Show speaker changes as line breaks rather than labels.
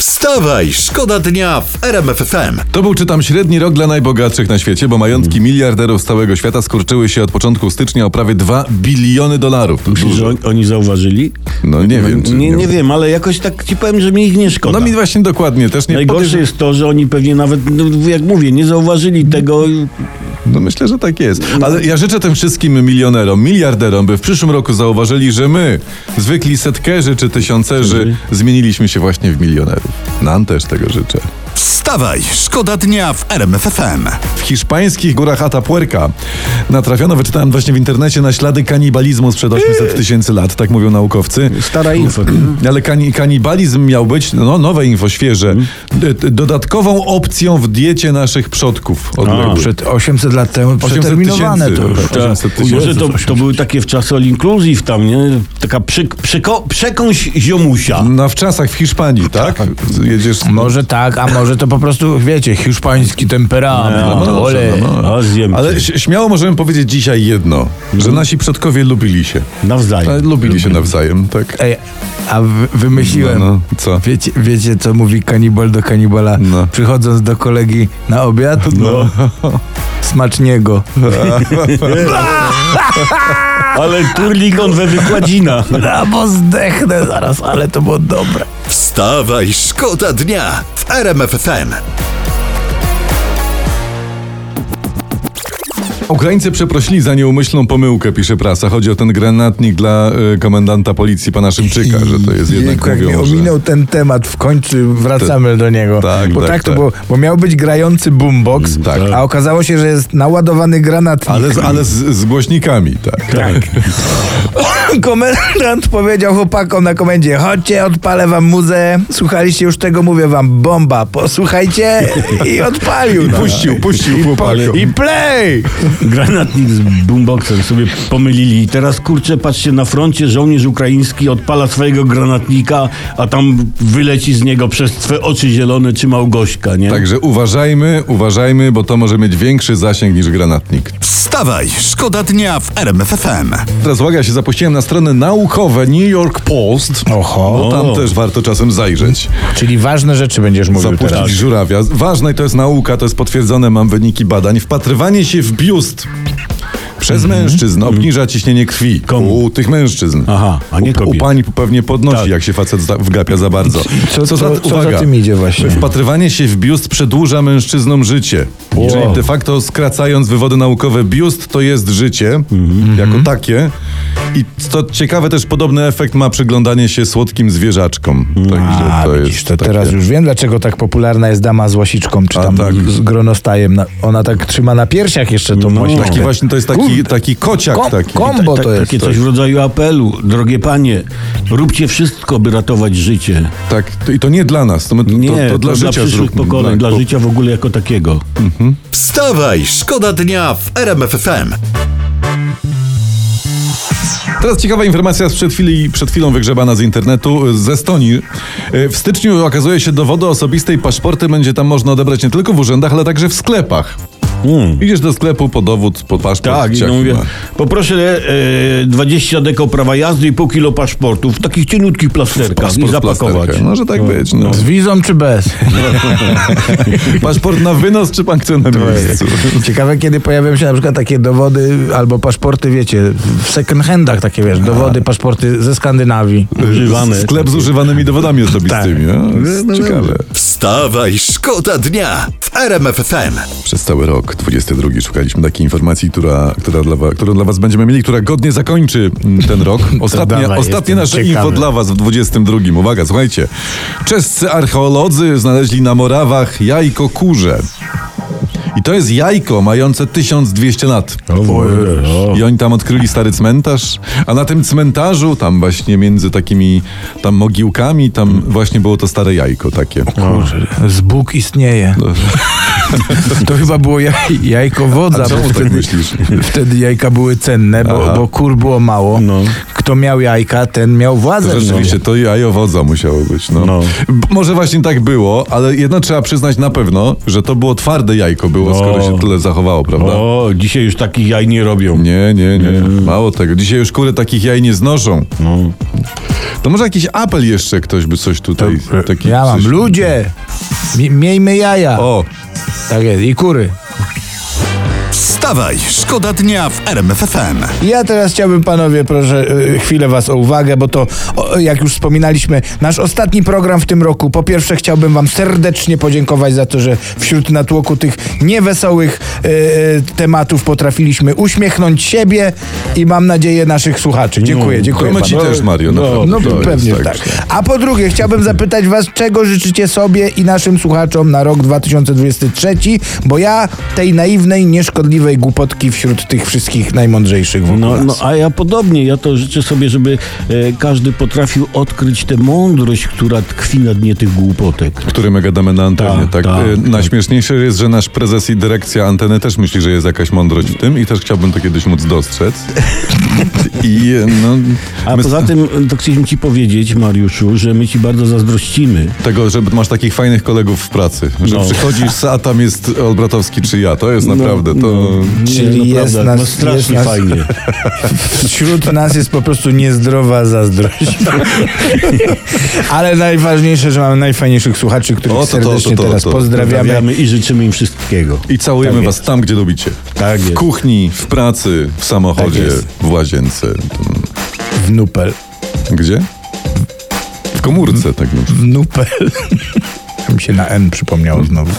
Wstawaj, szkoda dnia w RMFFM.
To był, czytam, średni rok dla najbogatszych na świecie, bo majątki miliarderów z całego świata skurczyły się od początku stycznia o prawie 2 biliony dolarów. To
Myślisz, że
dużo.
on, oni zauważyli?
No nie wiem. Czy
Nie, nie wiem, ale jakoś tak ci powiem, że mnie ich nie szkoda.
No mi właśnie dokładnie też nie
Najgorsze
podejrz-
jest to, że oni pewnie nawet, no, jak mówię, nie zauważyli tego.
No myślę, że tak jest.
No.
Ale ja życzę tym wszystkim milionerom, miliarderom, by w przyszłym roku zauważyli, że my, zwykli setkerzy czy tysiącerzy, zmieniliśmy się właśnie w milionerów. Nam też tego życzę.
Wstawaj, szkoda dnia w RMFFM.
W hiszpańskich górach Atapuerca natrafiono, wyczytałem właśnie w internecie, na ślady kanibalizmu sprzed 800 tysięcy lat, tak mówią naukowcy.
Stara info.
Mhm. Ale kani kanibalizm miał być, no nowe info, świeże, d- d- dodatkową opcją w diecie naszych przodków.
A.
Odległych.
Przed 800 lat temu
800
przeterminowane
tysięcy.
to już.
Tak, 800
Może
tysięcy.
to, to były takie w czasy all inclusive tam, nie? Taka przy, przyko, przekąś ziomusia.
Na wczasach w Hiszpanii, tak? Jedziesz...
Może tak, a może to po prostu, wiecie, hiszpański temperament.
No,
Ole.
no, no.
A, zjem
Ale
cię.
ś- śmiało możemy powiedzieć dzisiaj jedno, że nasi przodkowie lubili się. Ale
Nawzajem.
Mhm. Lubili się nawzajem, tak?
Ej, a wy- wymyśliłem.
No, no, co?
Wiecie, wiecie, co mówi kanibal do kanibala?
No.
Przychodząc do kolegi na obiad? No. Smaczniego.
No.
Ale turligon we wykładzina.
A bo zdechnę zaraz, ale to było dobre.
Wstawaj, szkoda dnia w RMFFM.
Ukraińcy przeprosili za nieumyślną pomyłkę, pisze prasa. Chodzi o ten granatnik dla y, komendanta policji, pana Szymczyka, że to jest jednak
Jejku, jak mnie
mówią, że...
tak ominął ten temat, w końcu wracamy do niego.
tak,
bo
tak,
tak, to
tak.
było, bo miał być grający boombox,
tak.
a okazało się, że jest naładowany granatnik.
Ale, z, ale z, z głośnikami, tak.
Tak.
Komendant powiedział chłopakom na komendzie, chodźcie, odpalę wam muzę, słuchaliście już tego, mówię wam, bomba, posłuchajcie i odpalił.
I
No.
puścił, puścił chłopakom.
I play!
Granatnik z boomboxem sobie pomylili. I teraz kurczę, patrzcie, na froncie żołnierz ukraiński odpala swojego granatnika, a tam wyleci z niego przez twe oczy zielone czy Małgośka, nie?
Także uważajmy, uważajmy, bo to może mieć większy zasięg niż granatnik.
Wstawaj, szkoda dnia w RMFFM.
Teraz uwaga, ja się zapuściłem na strony naukowe New York Post.
Oho.
Bo tam
O.
też warto czasem zajrzeć.
Czyli ważne rzeczy będziesz mówił
Zapuścić
teraz.
żurawia. Ważne to jest nauka, to jest potwierdzone, mam wyniki badań. Wpatrywanie się w biust przez mężczyzn obniża ciśnienie krwi.
Komu?
U tych mężczyzn.
Aha, a nie
u, u
kobiet.
pani pewnie podnosi,
Tak.
jak się facet za- wgapia za bardzo.
Co, co, co, za tym idzie właśnie?
Wpatrywanie się w biust przedłuża mężczyznom życie. Czyli de facto skracając wywody naukowe, biust to jest życie jako takie. I co ciekawe, też podobny efekt ma przyglądanie się słodkim zwierzaczkom. Także
A,
to
widzisz,
jest
to
takie.
teraz już wiem, dlaczego tak popularna jest dama z łasiczką, czy
A,
tam
tak.
z gronostajem. Na- Ona tak trzyma na piersiach jeszcze tą
No.
łasiczkę.
Taki właśnie to jest taki, taki kociak
Kom-
taki.
kombo
Tak,
to jest.
takie coś w rodzaju apelu. Drogie panie, róbcie wszystko, by ratować życie.
Tak, to- i to nie dla nas, to, my, to,
Nie,
to, to dla życia
przyszłych
zróbmy, Tak,
pokoleń, dla
po-
życia w ogóle jako takiego.
Wstawaj, szkoda dnia w RMFFM.
Teraz ciekawa informacja sprzed chwili, przed chwilą wygrzebana z internetu, y, z Estonii. Y, W styczniu okazuje się dowody osobiste i paszporty będzie tam można odebrać nie tylko w urzędach, ale także w sklepach.
Mm.
Idziesz do sklepu po dowód, po paszport.
Tak, i
ciach,
no mówię,
ma.
poproszę e, 20 deko prawa jazdy i pół kilo paszportów w takich cieniutkich plasterkach i
Paszport
zapakować.
plasterkę. Może tak być. No.
Z wizą czy bez?
Paszport na wynos czy pan chce na miejscu?
Ciekawe, kiedy pojawią się na przykład takie dowody albo paszporty, wiecie, w second handach takie, wiesz,
Tak.
dowody, paszporty ze Skandynawii.
Używane.
Sklep z używanymi dowodami osobistymi. Tak. Ciekawe.
Wstawaj, szkoda dnia w RMFFM.
Przez cały rok 22 szukaliśmy takiej informacji, która, która dla wa, którą dla Was będziemy mieli, która godnie zakończy mm, ten rok. Ostatnie,
dawaj,
ostatnie
jestem
nasze
ciekawy.
info dla Was w 22. Uwaga, słuchajcie. Czescy archeolodzy znaleźli na Morawach jajko kurze. I to jest jajko mające 1200 lat. I oni tam odkryli stary cmentarz, a na tym cmentarzu, tam właśnie między takimi tam mogiłkami, tam właśnie było to stare jajko takie. No,
Z Bóg istnieje. To chyba było jaj, jajko wodza.
A
bo
czemu tak
wtedy-
myślisz?
Wtedy jajka były cenne, bo, bo kur było mało.
No.
Kto miał jajka, ten miał władzę.
To rzeczywiście, to jajo wodza musiało być. No.
No.
B- Może właśnie tak było, ale jedno trzeba przyznać na pewno, że to było twarde jajko było,
No.
skoro się tyle zachowało, prawda?
No.
O, dzisiaj już takich jaj nie robią.
Nie, nie, nie. Mało tego. Dzisiaj już kury takich jaj nie znoszą.
No.
To może jakiś apel jeszcze ktoś by coś tutaj... taki
e, Ja mam.
coś-
Ludzie, mi- miejmy jaja.
O,
Tak jest. I kury.
Wstawaj, szkoda dnia w RMF FM.
Ja teraz chciałbym, panowie, proszę y, chwilę was o uwagę, bo to, o, jak już wspominaliśmy, nasz ostatni program w tym roku. Po pierwsze, chciałbym wam serdecznie podziękować za to, że wśród natłoku tych niewesołych y, y, tematów potrafiliśmy uśmiechnąć siebie i mam nadzieję naszych słuchaczy. Dziękuję, dziękuję.
Mm, to my ci
panu.
też, Mario. na
No,
pewno.
No
To jest
pewnie tak. A po drugie, chciałbym zapytać was, czego życzycie sobie i naszym słuchaczom na rok 2023, bo ja tej naiwnej, nieszkodliwej głupotki wśród tych wszystkich najmądrzejszych wokół
No,
nas.
no, a ja podobnie, ja to życzę sobie, żeby e, każdy potrafił odkryć tę mądrość, która tkwi na dnie tych głupotek.
Które my gadamy na antenie,
Tak,
tak?
tak,
Y, Najśmieszniejsze jest, że nasz prezes i dyrekcja anteny też myśli, że jest jakaś mądrość w tym i też chciałbym to kiedyś móc dostrzec. I y, no...
A
my-
poza tym, e, to chcieliśmy ci powiedzieć, Mariuszu, że my ci bardzo zazdrościmy.
Tego, że masz takich fajnych kolegów w pracy, że
No.
przychodzisz, a tam jest Olbratowski czy ja. To jest naprawdę, to...
Czyli
Nie,
jest
naprawdę,
nas-
no strasznie
jest nas-
fajnie.
Wśród nas jest po prostu niezdrowa zazdrość. Ale najważniejsze, że mamy najfajniejszych słuchaczy, których
O, to, to, to,
serdecznie
to, to.
teraz pozdrawiamy.
Pozdrawiamy i życzymy im wszystkiego.
I całujemy was tam, gdzie lubicie.
Tak
W
jest.
kuchni, w pracy, w samochodzie,
Tak jest.
w łazience. Mm,
W Nupel.
Gdzie? W komórce, tak mówię.
W Nupel. Mi się na N przypomniało znowu.